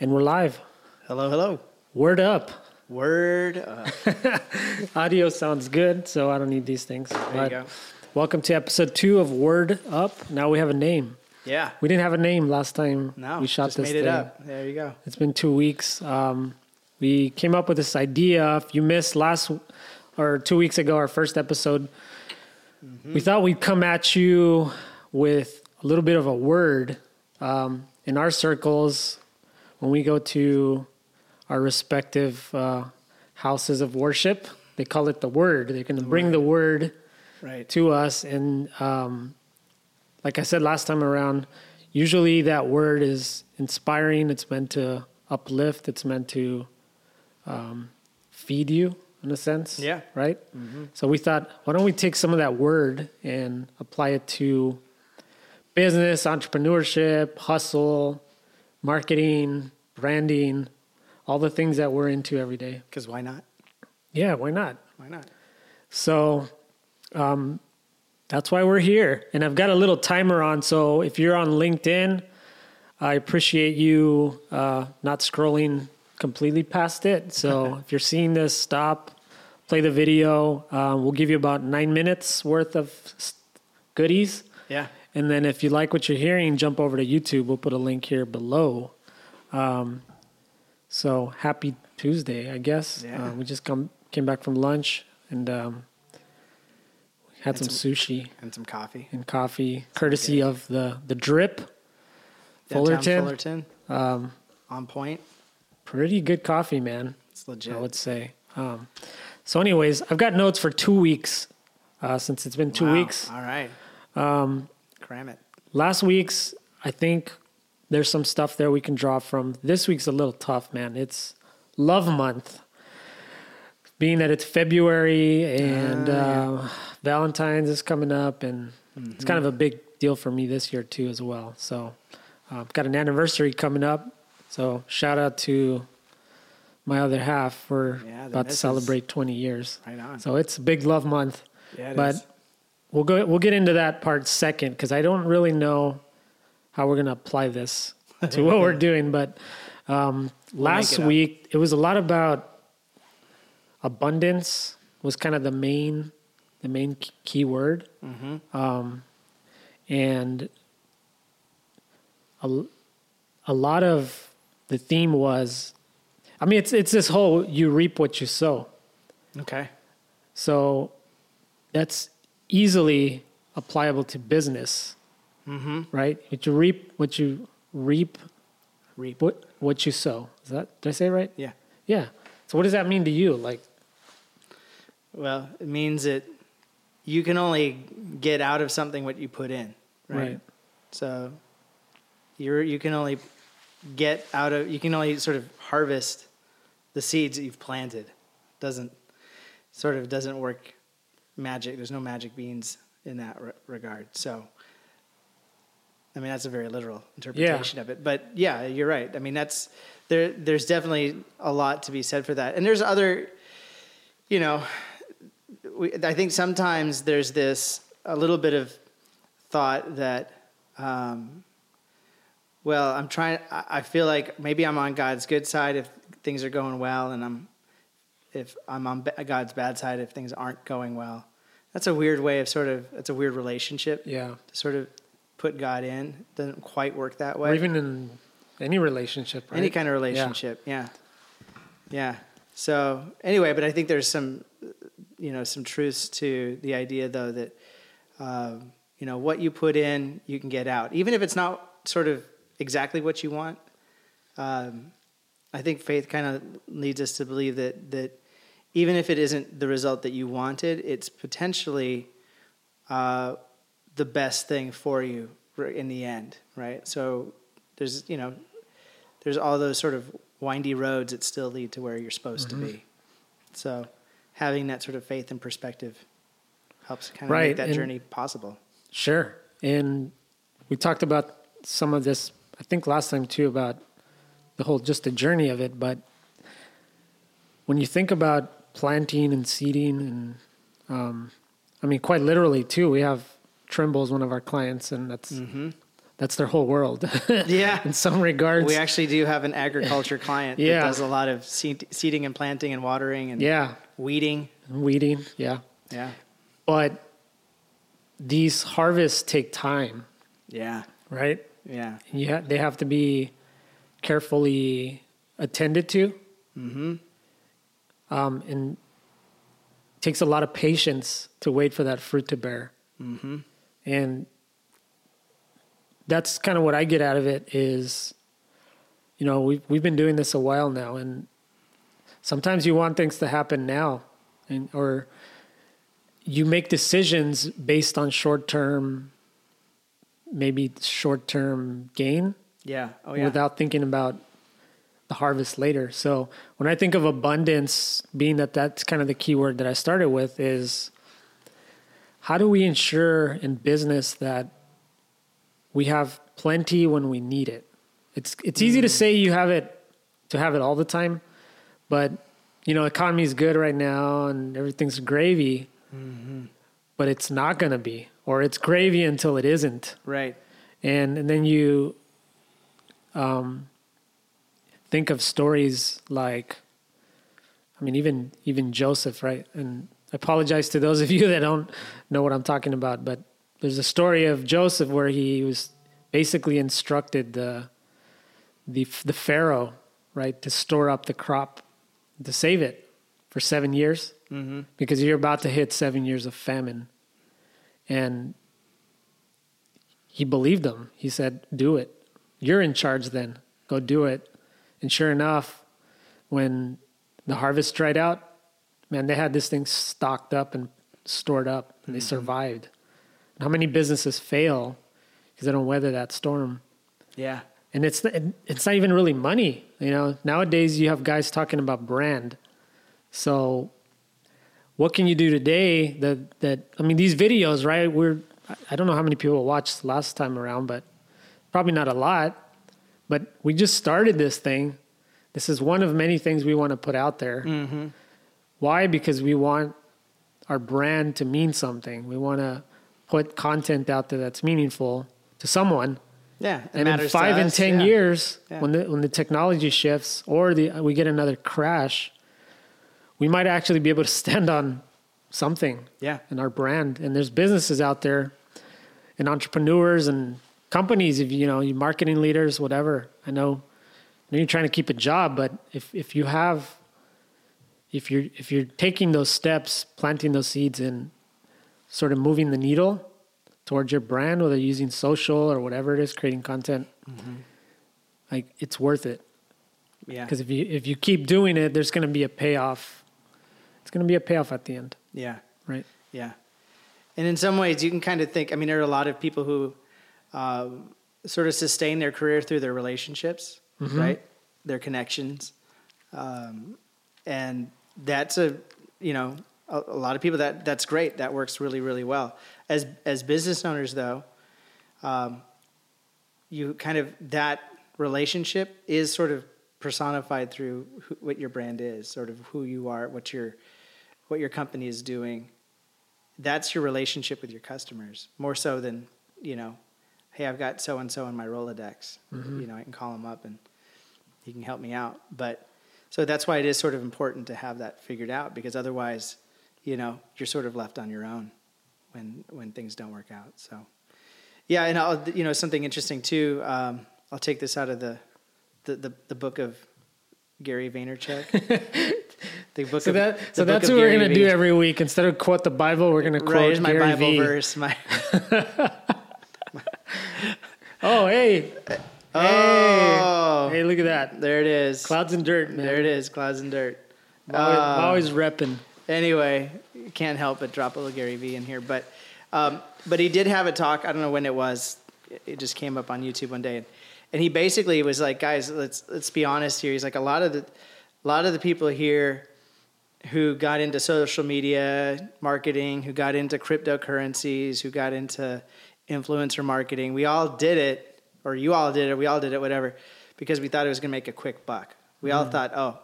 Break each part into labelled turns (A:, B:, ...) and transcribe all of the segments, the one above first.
A: And we're live.
B: Hello, hello.
A: Word up.
B: Word. up.
A: Audio sounds good, so I don't need these things.
B: there you go.
A: Welcome to episode two of Word Up. Now we have a name.
B: Yeah.
A: We didn't have a name last time
B: No.
A: we shot
B: just
A: this
B: made it
A: thing.
B: up. There you go.
A: It's been two weeks. Um, we came up with this idea. If you missed last or two weeks ago, our first episode, we thought we'd come at you with a little bit of a word. Um, in our circles, when we go to our respective uh, houses of worship, they call it the word. They're going to bring the word
B: Right.
A: to us and um, like i said last time around usually that word is inspiring it's meant to uplift it's meant to um, feed you in a sense
B: Yeah.
A: right so we thought why don't we take some of that word and apply it to business entrepreneurship hustle marketing branding all the things that we're into every day
B: Because why not?
A: yeah why not
B: Why not?
A: so um, that's why we're here. And I've got a little timer on. So if you're on LinkedIn, I appreciate you uh, not scrolling completely past it. So if you're seeing this, stop, play the video. Uh, we'll give you about nine minutes worth of s- goodies.
B: Yeah.
A: And then if you like what you're hearing, jump over to YouTube. We'll put a link here below. Um, so happy Tuesday, I guess.
B: Yeah.
A: Uh, we just come came back from lunch and um, had some, sushi
B: And some coffee.
A: and coffee, courtesy of the the drip.
B: Downtown
A: Fullerton.
B: Fullerton. Um, On point.
A: Pretty good coffee, man.
B: It's legit.
A: I would say. Um, so, anyways, I've got notes for two weeks uh, since it's been two
B: Wow.
A: weeks.
B: All right. Um, Cram it.
A: last week's i think there's some stuff there we can draw from this week's a little tough man it's love month being that it's february and
B: Ah,
A: uh, valentine's is coming up and it's kind of a
B: Mm-hmm.
A: big deal for me this year too as well so uh, i've got an anniversary coming up so shout out to my other half we're
B: Yeah, the
A: about to
B: missus.
A: celebrate 20 years
B: Right on.
A: so it's a big love month
B: yeah, it
A: but
B: is.
A: we'll go we'll get into that part second because I don't really know how we're gonna apply this to what we're doing. But um, last
B: it up.
A: week it was a lot about abundance was kind of the main the main k- key word, um,
B: Mm-hmm.
A: and a, l- a lot of the theme was, I mean, it's it's this whole you reap what you sow.
B: Okay.
A: So that's easily applicable to business,
B: Mm-hmm.
A: right? What you reap, what you reap,
B: Reap.
A: what what you sow. Is that did I say it right?
B: Yeah.
A: Yeah. So what does that mean to you? Like,
B: Well, it means that you can only get out of something what you put in. right.
A: right?
B: So you're you can only get out of you can only sort of harvest the seeds that you've planted. Doesn't sort of doesn't work magic. There's no magic beans in that re- regard. So I mean that's a very literal interpretation of it. But yeah, you're right. I mean that's there there's definitely a lot to be said for that. And there's other you know we, I think sometimes there's this a little bit of thought that um, well i'm trying I, I feel like maybe i'm on god's good side if things are going well and i'm if i'm on ba- god's bad side if things aren't going well that's a weird way of sort of it's a weird relationship
A: Yeah.
B: to sort of put god in doesn't quite work that way
A: Or even in any relationship, right?
B: any kind of
A: Yeah.
B: relationship yeah. yeah so anyway but i think there's some you know some truths to the idea though that um, you know what you put in you can get out even if it's not sort of exactly what you want um, i think faith kind of leads us to believe that that even if it isn't the result that you wanted it's potentially uh, the best thing for you r- in the end, right? So there's you know there's all those sort of windy roads that still lead to where you're supposed
A: Mm-hmm.
B: to be. So having that sort of faith and perspective helps kind of
A: Right,
B: make that
A: and-
B: journey possible.
A: Sure. And we talked about some of this, I think last time too, about the whole just the journey of it. But when you think about planting and seeding, and um, I mean, quite literally too, we have Trimble's one of our clients, and that's that's their whole world
B: Mm-hmm. Yeah.
A: in some regards.
B: We actually do have an agriculture client
A: Yeah.
B: that does a lot of seed, seeding and planting and watering and
A: yeah,
B: weeding.
A: weeding. Yeah,
B: Yeah.
A: but these harvests take time,
B: Yeah.
A: right?
B: Yeah.
A: Yeah, they have to be carefully attended to. Mm-hmm. Um, and takes a lot of patience to wait for that fruit to bear. Mm-hmm. And that's kind of what I get out of it is, you know, we've we've been doing this a while now, and sometimes you want things to happen now, and or you make decisions based on short term maybe short term gain
B: Yeah. Oh, yeah.
A: without thinking about the harvest later. So when I think of abundance, being that that's kind of the key word that I started with, is how do we ensure in business that we have plenty when we need it? It's it's easy
B: Mm.
A: to say you have it to have it all the time, but you know economy's good right now and everything's gravy,
B: Mm-hmm.
A: but it's not gonna be, or it's gravy until it isn't
B: right.
A: and and then you um think of stories like i mean even even joseph right and i apologize to those of you that don't know what i'm talking about but there's a story of joseph where he was basically instructed the the the pharaoh right to store up the crop to save it for 7 years
B: Mhm.
A: because you're about to hit 7 years of famine and he believed him. He said, "Do it. You're in charge. Then go do it." And sure enough, when the harvest dried out, man, they had this thing stocked up and stored up, and they survived. And how many businesses fail because they don't weather that storm?
B: Yeah.
A: And it's and it's not even really money. You know, nowadays you have guys talking about brand. So, what can you do today? That that I mean, these videos, right? We're I- I don't know how many people watched last time around, but probably not a lot. But we just started this thing. This is one of many things we want to put out there.
B: Mm. Mm-hmm.
A: Why? Because we want our brand to mean something. We want to put content out there that's meaningful to someone
B: Yeah. It
A: and in
B: matters to
A: five and
B: us.
A: ten
B: Yeah.
A: years,
B: Yeah.
A: when the when the technology shifts or the we get another crash, we might actually be able to stand on something
B: Yeah.
A: and our brand. And there's businesses out there, and entrepreneurs and companies. If you know, you marketing leaders, whatever. I know, I know you're trying to keep a job, but if if you have, if you're if you're taking those steps, planting those seeds, and sort of moving the needle towards your brand, whether using social or whatever it is, creating content, like it's worth it.
B: Yeah.
A: Because if you if you keep doing it, there's going to be a payoff. It's going to be a payoff at the end,
B: Yeah.
A: right?
B: Yeah. And in some ways, you can kind of think I mean, there are a lot of people who uh, sort of sustain their career through their relationships, right? Their connections. Um, and that's a, you know, a, a lot of people that that's great. That works really, really well. As, as business owners, though, um, you kind of, that relationship is sort of personified through who, what your brand is, sort of who you are, what your, what your company is doing that's your relationship with your customers more so than you know hey i've got so and so in my rolodex
A: Mm-hmm.
B: you know i can call him up and he can help me out but so that's why it is sort of important to have that figured out because otherwise you know you're sort of left on your own when when things don't work out so yeah and i'll you know something interesting too um, i'll take this out of the the, the, the book of gary vaynerchuk the book
A: So
B: of
A: that
B: the
A: so
B: book
A: that's
B: of
A: what we're
B: Gary
A: gonna do
B: Vaynerchuk.
A: every week. Instead of quote the Bible, we're gonna quote
B: Right, here's my
A: Gary
B: Bible
A: Vee.
B: verse. My
A: Oh hey,
B: oh,
A: hey, look at that!
B: there it is.
A: Clouds and dirt, man.
B: there it is. Clouds and dirt.
A: I'm always,
B: Uh,
A: I'm always repping.
B: anyway, can't help but drop a little Gary Vee in here. But um, but he did have a talk. I don't know when it was. It just came up on YouTube one day, and, and he basically was like, "Guys, let's let's be honest here." He's like, "A lot of the, a lot of the people here." Who got into social media marketing, who got into cryptocurrencies, who got into influencer marketing. We all did it, or you all did it, we all did it, whatever, because we thought it was gonna make a quick buck. We all thought, oh,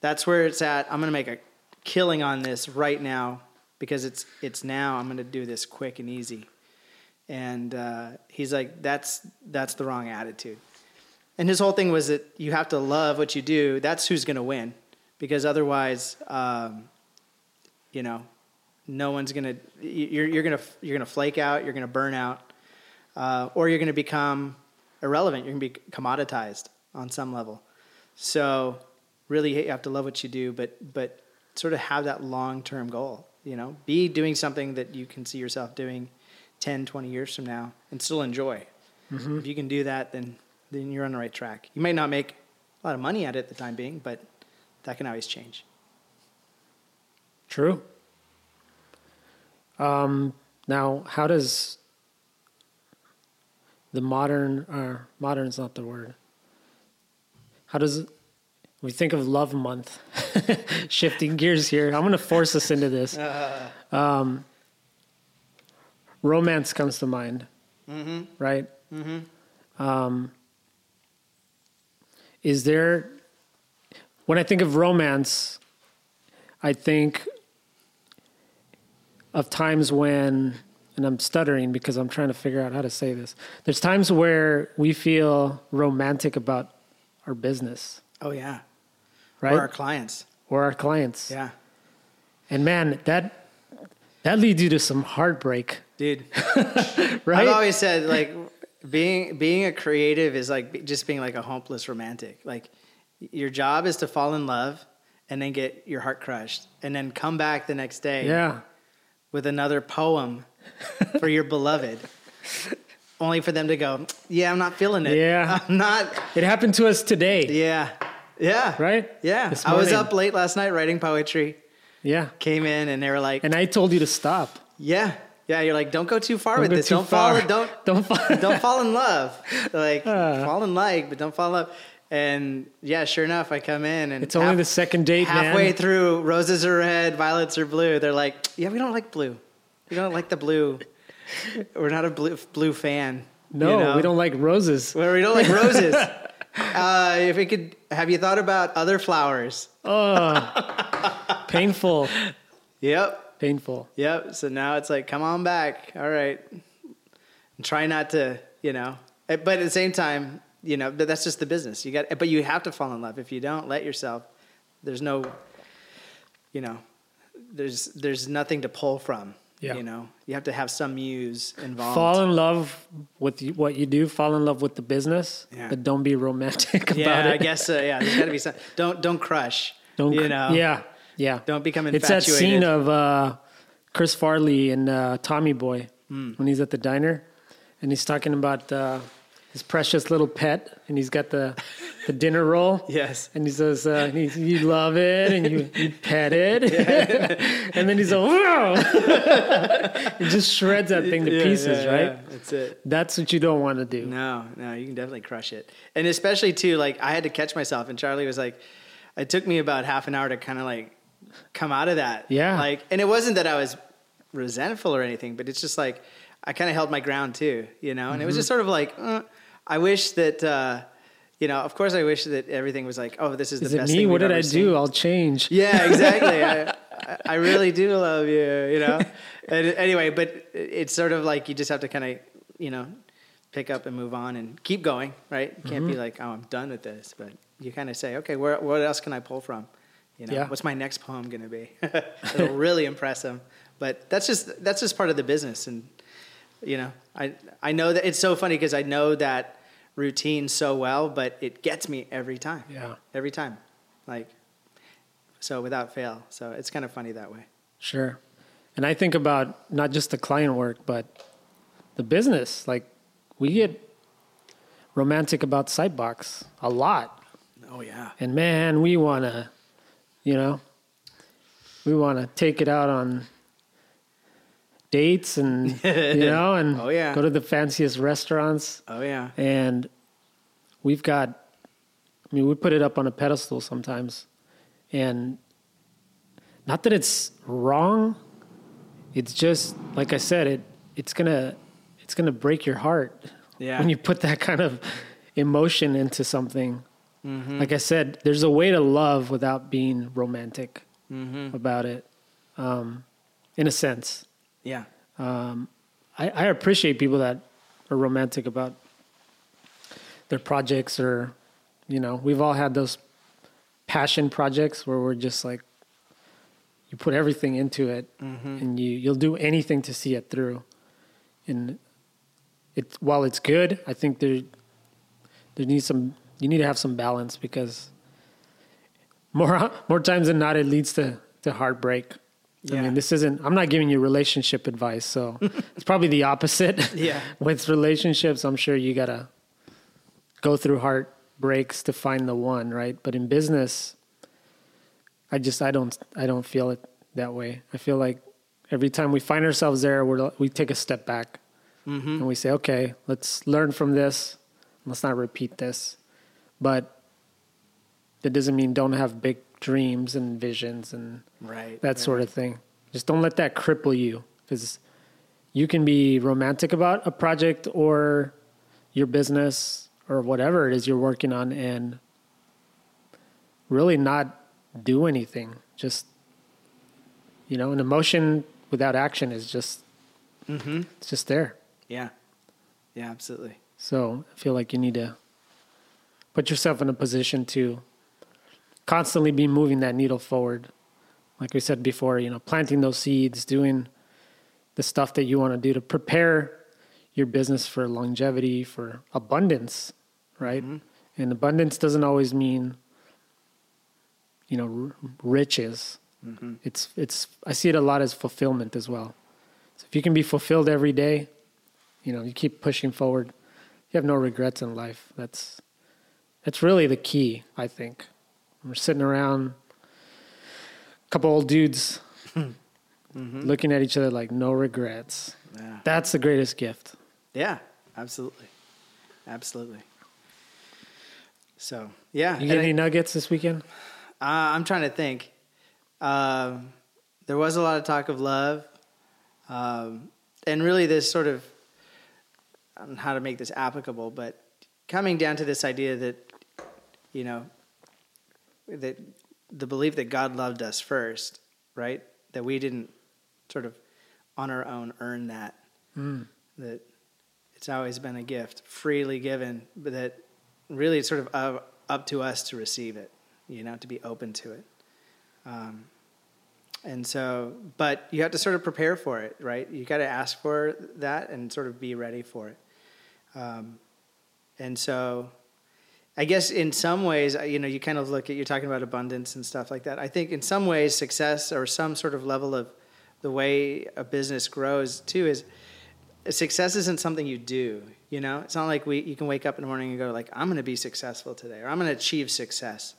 B: that's where it's at. I'm gonna make a killing on this right now because it's it's now. I'm gonna do this quick and easy. and uh, he's like, "That's that's the wrong attitude." And his whole thing was that you have to love what you do. That's who's going to win, because otherwise, um, you know, no one's going to. You're you're going to you're going to flake out. You're going to burn out, uh, or you're going to become irrelevant. You're going to be commoditized on some level. So really, you have to love what you do, but but sort of have that long term goal. You know, be doing something that you can see yourself doing 10, 20 years from now and still enjoy. If you can do that, then then you're on the right track. You might not make a lot of money at it at the time being, but that can always change.
A: True. Um, now, how does the modern, uh, modern's not the word. How does we think of Love Month? Shifting gears here. I'm going to force us into this. Um, romance comes to mind, right? Um,
B: Mm-hmm.
A: is there, when I think of romance, I think of times when, and I'm stuttering because I'm trying to figure out how to say this. There's times where we feel romantic about our business,
B: Oh yeah,
A: right?
B: or our clients.
A: or our clients.
B: Yeah,
A: And man, that that leads you to some heartbreak,
B: dude.
A: right?
B: I've always said like being being a creative is like be- just being like a hopeless romantic. Like your job is to fall in love and then get your heart crushed and then come back the next day
A: yeah.
B: with another poem for your beloved. Only for them to go, yeah, I'm not feeling it.
A: Yeah.
B: I'm not.
A: It happened to us today,
B: Yeah, yeah,
A: right?
B: Yeah,
A: This
B: I was
A: morning.
B: up late last night writing poetry.
A: Yeah.
B: Came in and they were like,
A: And I told you to stop.
B: yeah, yeah. You're like, don't go too far with
A: go
B: this.
A: too
B: Don't
A: far.
B: fall. Don't
A: Don't fall. Ah.
B: don't fall in love. Like fall in like, but don't fall in love. And yeah, sure enough, I come in and
A: It's only the second date, man.
B: halfway through. Roses are red, violets are blue. They're like, yeah, we don't like blue. We don't like the blue. We're not a blue blue fan. you
A: no,
B: know?
A: we don't like roses.
B: Well, we don't like roses. uh, if we could, have you thought about other flowers?
A: Ah, Painful.
B: Yep.
A: Painful.
B: Yep. So now it's like, come on back. All right. And try not to, you know. eh, But at the same time, you know, but that's just the business. You got, but you have to fall in love. If you don't let yourself, there's no, you know, there's there's nothing to pull from.
A: Yeah.
B: You know, you have to have some muse involved.
A: Fall in love with you- what you do, fall in love with the business,
B: Yeah.
A: but don't be romantic about
B: yeah,
A: it.
B: I guess so. Yeah, there's got to be some. Don't don't crush.
A: Don't
B: you
A: cr-
B: know.
A: Yeah, yeah.
B: Don't become
A: It's that scene
B: infatuated.
A: of uh, Chris Farley and uh, Tommy Boy
B: Hmm.
A: when he's at the diner, and he's talking about uh, his precious little pet, and he's got the the dinner roll.
B: Yes.
A: And he says, uh, he, "You love it, and you, you pet it," and then he's like, "Wow!" it just shreds that thing to
B: Yeah,
A: pieces,
B: yeah,
A: right?
B: yeah. That's it.
A: That's what you don't want to do.
B: No, no, you can definitely crush it. And especially too, like I had to catch myself and Charlie was like, it took me about half an hour to kind of like come out of that.
A: Yeah.
B: Like, and it wasn't that I was resentful or anything, but it's just like, I kind of held my ground too, you know? And it was
A: Mm-hmm.
B: just sort of like, uh, I wish that, uh, you know, of course I wish that everything was like, oh, this is,
A: Is
B: the
A: it
B: best
A: me?
B: thing
A: What
B: we've
A: did I
B: ever
A: do?
B: seen.
A: I'll change.
B: Yeah, exactly. I, I- I really do love you, you know? And anyway, but it's sort of like you just have to kind of, you know, pick up and move on and keep going, right? You can't be
A: Mm-hmm.
B: like, oh, I'm done with this. But you kind of say, okay, where, what else can I pull from? You know,
A: Yeah.
B: what's my next poem going to be? It'll really impress them. But that's just, that's just part of the business. And, you know, I, I know that it's so funny because I know that routine so well, but it gets me every time
A: Yeah.
B: every time like so without fail so it's kind of funny that way
A: Sure. And I think about not just the client work, but the business. Like we get romantic about Sitebox a lot.
B: oh yeah
A: And man, we want to, you know, we want to take it out on dates and, you know, and
B: Oh, yeah.
A: go to the fanciest restaurants.
B: oh yeah
A: And we've got, I mean, we put it up on a pedestal sometimes. And not that it's wrong, it's just, like I said, it, it's going to, it's going to break your heart
B: Yeah.
A: when you put that kind of emotion into something. Like I said, there's a way to love without being romantic
B: Mm-hmm.
A: about it, um, in a sense.
B: yeah
A: I, I appreciate people that are romantic about their projects or you know we've all had those passion projects where we're just like you put everything into it and you you'll do anything to see it through and it while it's good i think there there needs some you need to have some balance because more more times than not it leads to to heartbreak i
B: Yeah.
A: mean this isn't i'm not giving you relationship advice so it's probably the opposite
B: Yeah.
A: with relationships i'm sure you gotta go through heartbreaks to find the one right but in business i just i don't i don't feel it that way i feel like every time we find ourselves there we're we take a step back and we say okay let's learn from this let's not repeat this but that doesn't mean don't have big dreams and visions and
B: Right.
A: that sort of thing. Just don't let that cripple you because you can be romantic about a project or your business or whatever it is you're working on and really not do anything. Just, you know, an emotion without action is just, it's just there.
B: Mm-hmm. Yeah. Yeah, absolutely.
A: So I feel like you need to put yourself in a position to constantly be moving that needle forward. Like we said before, you know, planting those seeds, doing the stuff that you want to do to prepare your business for longevity, for abundance, right? And abundance doesn't always mean, you know, r- riches.
B: Mm-hmm.
A: It's it's I see it a lot as fulfillment as well. So if you can be fulfilled every day, you know, you keep pushing forward you have no regrets in life. That's that's really the key, I think. We're sitting around a couple old dudes
B: Mm-hmm.
A: looking at each other like no regrets.
B: Yeah.
A: That's the greatest gift.
B: Yeah, absolutely. Absolutely. So, yeah.
A: You get
B: and I-
A: any nuggets this weekend?
B: Uh, I'm trying to think. Um, there was a lot of talk of love, um, and really this sort of I don't know how to make this applicable, but coming down to this idea that you know that the belief that God loved us first, right? That we didn't sort of on our own earn that. That it's always been a gift, freely given, but that really it's sort of up, up to us to receive it, you know, to be open to it. Um, and so, but you have to sort of prepare for it, right? You got to ask for that and sort of be ready for it. Um, and so, I guess in some ways, I- you know, you kind of look at, you're talking about abundance and stuff like that. I think in some ways, success or some sort of level of the way a business grows too is success isn't something you do you know it's not like we you can wake up in the morning and go like i'm going to be successful today or i'm going to achieve success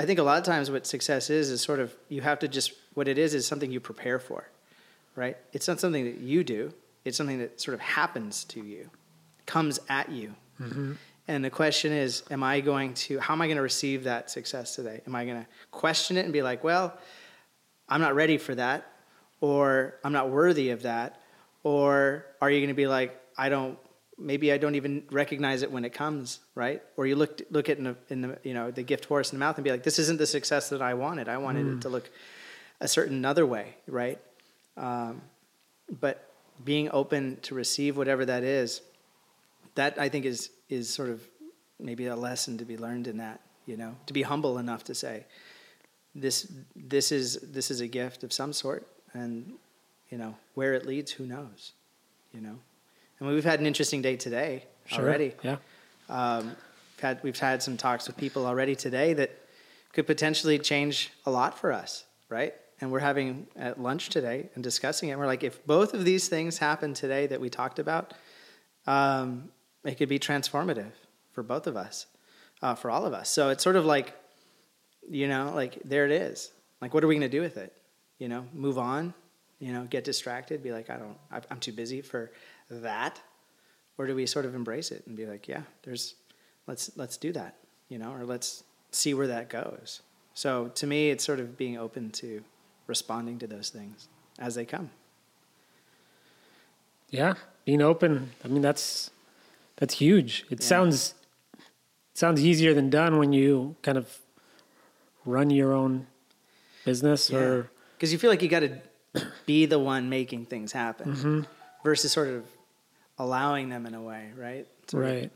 B: i think a lot of times what success is is sort of you have to just what it is is something you prepare for right it's not something that you do it's something that sort of happens to you comes at you and the question is am i going to how am i going to receive that success today am i going to question it and be like well I'm not ready for that, or I'm not worthy of that, or are you going to be like, I don't, maybe I don't even recognize it when it comes, right? Or you look look at in the, in the you know the gift horse in the mouth and be like, this isn't the success that I wanted. I wanted it to look a certain other way, right? Um, but being open to receive whatever that is, that I think is is sort of maybe a lesson to be learned in that, you know, to be humble enough to say, this this is this is a gift of some sort and you know where it leads who knows you know and we've had an interesting day today already
A: Yeah.
B: um, we've had we've had some talks with people already today that could potentially change a lot for us right and we're having at lunch today and discussing it we're like if both of these things happen today that we talked about um, it could be transformative for both of us uh, for all of us so it's sort of like you know like there it is like what are we going to do with it you know move on you know get distracted be like i don't I- i'm too busy for that or do we sort of embrace it and be like yeah there's let's let's do that you know or let's see where that goes so to me it's sort of being open to responding to those things as they come
A: Yeah. Being open. I mean that's that's huge. It
B: Yeah.
A: sounds it sounds easier than done when you kind of run your own business or Mm-hmm.
B: because you feel like you got to be the one making things happen versus sort of allowing them in a way, right? Sort of
A: right.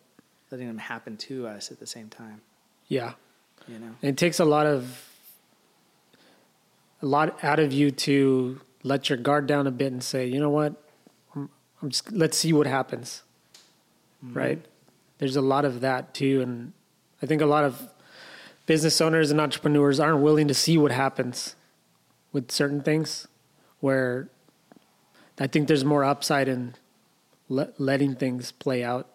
B: letting them happen to us at the same time,
A: Yeah.
B: you know?
A: And it takes a lot of a lot out of you to let your guard down a bit and say, you know what, I'm, I'm just let's see what happens,
B: Mm-hmm.
A: right? There's a lot of that too, and I think a lot of business owners and entrepreneurs aren't willing to see what happens with certain things. Where I think there's more upside in let, letting things play out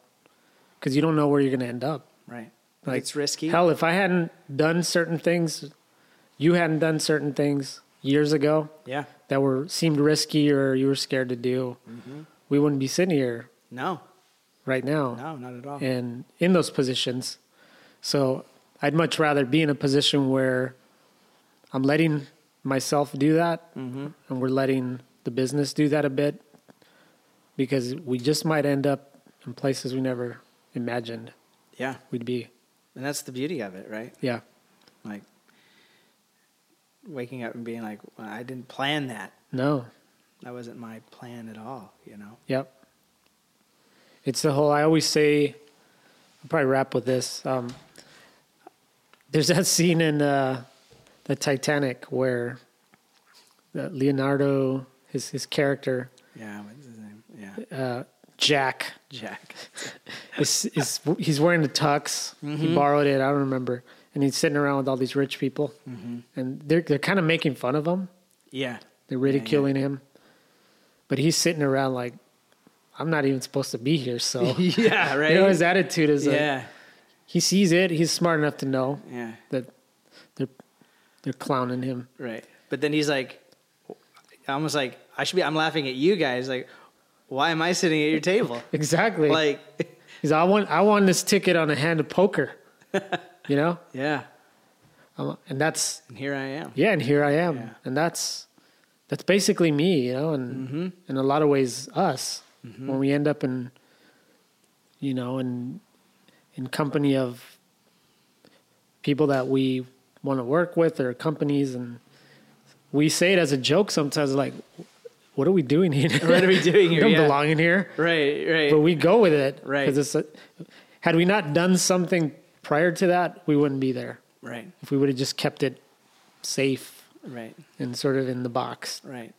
A: because you don't know where you're going to end up.
B: Right.
A: Like,
B: it's risky.
A: Hell, if I hadn't done certain things, you hadn't done certain things years ago
B: Yeah.
A: that were seemed risky or you were scared to do, we wouldn't be sitting here
B: No,
A: right now
B: no, not at all.
A: and in those positions. So I'd much rather be in a position where I'm letting myself do that
B: Mm-hmm.
A: and we're letting the business do that a bit because we just might end up in places we never imagined
B: Yeah.
A: we'd be.
B: And that's the beauty of it, right?
A: Yeah.
B: Like waking up and being like, well, I didn't plan that.
A: No.
B: That wasn't my plan at all, you know?
A: Yep. It's the whole. I always say, I'll probably wrap with this. Um, there's that scene in uh, the Titanic where uh, Leonardo, his his character
B: Yeah. What's his name? Yeah.
A: uh, Jack,
B: Jack.
A: is, is he's wearing the tux. He borrowed it. I don't remember. And he's sitting around with all these rich people, and they're they're kind of making fun of him.
B: Yeah.
A: They're ridiculing him. But he's sitting around like, I'm not even supposed to be here. So
B: yeah. Right.
A: You know, his attitude is like,
B: yeah.
A: he sees it. He's smart enough to know
B: Yeah.
A: that they're they're clowning him.
B: Right. But then he's like, almost like, I should be, I'm laughing at you guys. Like, why am I sitting at your table?
A: Exactly.
B: like,
A: he's I want I won this ticket on a hand of poker. you know,
B: yeah.
A: Um, and that's
B: And here I am.
A: yeah, and here I am,
B: Yeah.
A: and that's that's basically me. You know, and
B: Mm-hmm.
A: in a lot of ways, us when we end up in you know in in company of people that we want to work with or companies and we say it as a joke sometimes like what are we doing here
B: What are we doing
A: we
B: here?
A: don't
B: Yeah.
A: belong in here
B: Right. Right.
A: but we go with it
B: Right.
A: 'cause it's a- had we not done something prior to that we wouldn't be there
B: right.
A: if we would have just kept it safe
B: Right.
A: and sort of in the box
B: Right.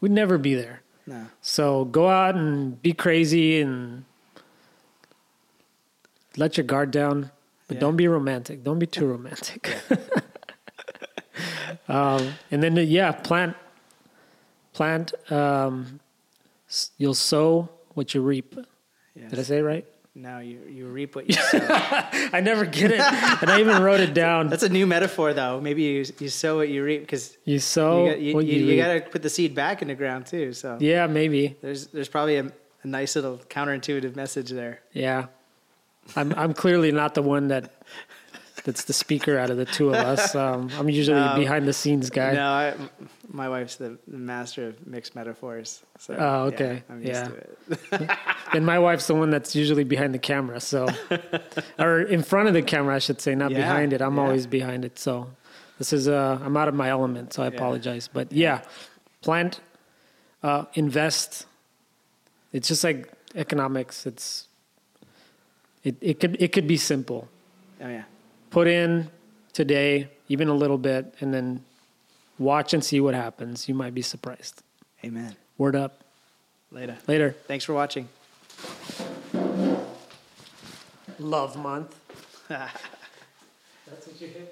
A: we'd never be there
B: No.
A: so go out and be crazy and let your guard down, but
B: Yeah.
A: don't be romantic. Don't be too romantic. um, and then yeah, plant, plant. Um, s- you'll sow what you reap. Did I
B: Yes.
A: say it right?
B: Now you, you reap what you sow.
A: I never get it, and I even wrote it down.
B: That's a new metaphor, though. Maybe you, you sow what you reap because
A: You sow
B: you, got, you,
A: what
B: you,
A: Oh, you,
B: you
A: reap.
B: got to put the seed back in the ground, too. So
A: yeah, maybe.
B: there's, there's probably a, a nice little counterintuitive message there.
A: Yeah. I'm I'm clearly not the one that that's the speaker out of the two of us. Um, I'm usually
B: No.
A: the behind the scenes guy.
B: No, I, my wife's the master of mixed metaphors. So,
A: Oh,
B: yeah,
A: okay.
B: I'm used
A: Yeah.
B: to it.
A: And my wife's the one that's usually behind the camera, so or in front of the camera, I should say, not
B: Yeah,
A: behind it. I'm
B: yeah.
A: always behind it. So this is uh, I'm out of my element, so I
B: Yeah.
A: apologize. But yeah, plant, uh, invest. It's just like economics. It's it it could it could be simple.
B: Oh, yeah.
A: put in today, even a little bit, and then watch and see what happens. You might be surprised.
B: Amen.
A: Word up.
B: Later.
A: Later.
B: Thanks for watching.
A: Love month. That's what you hit me.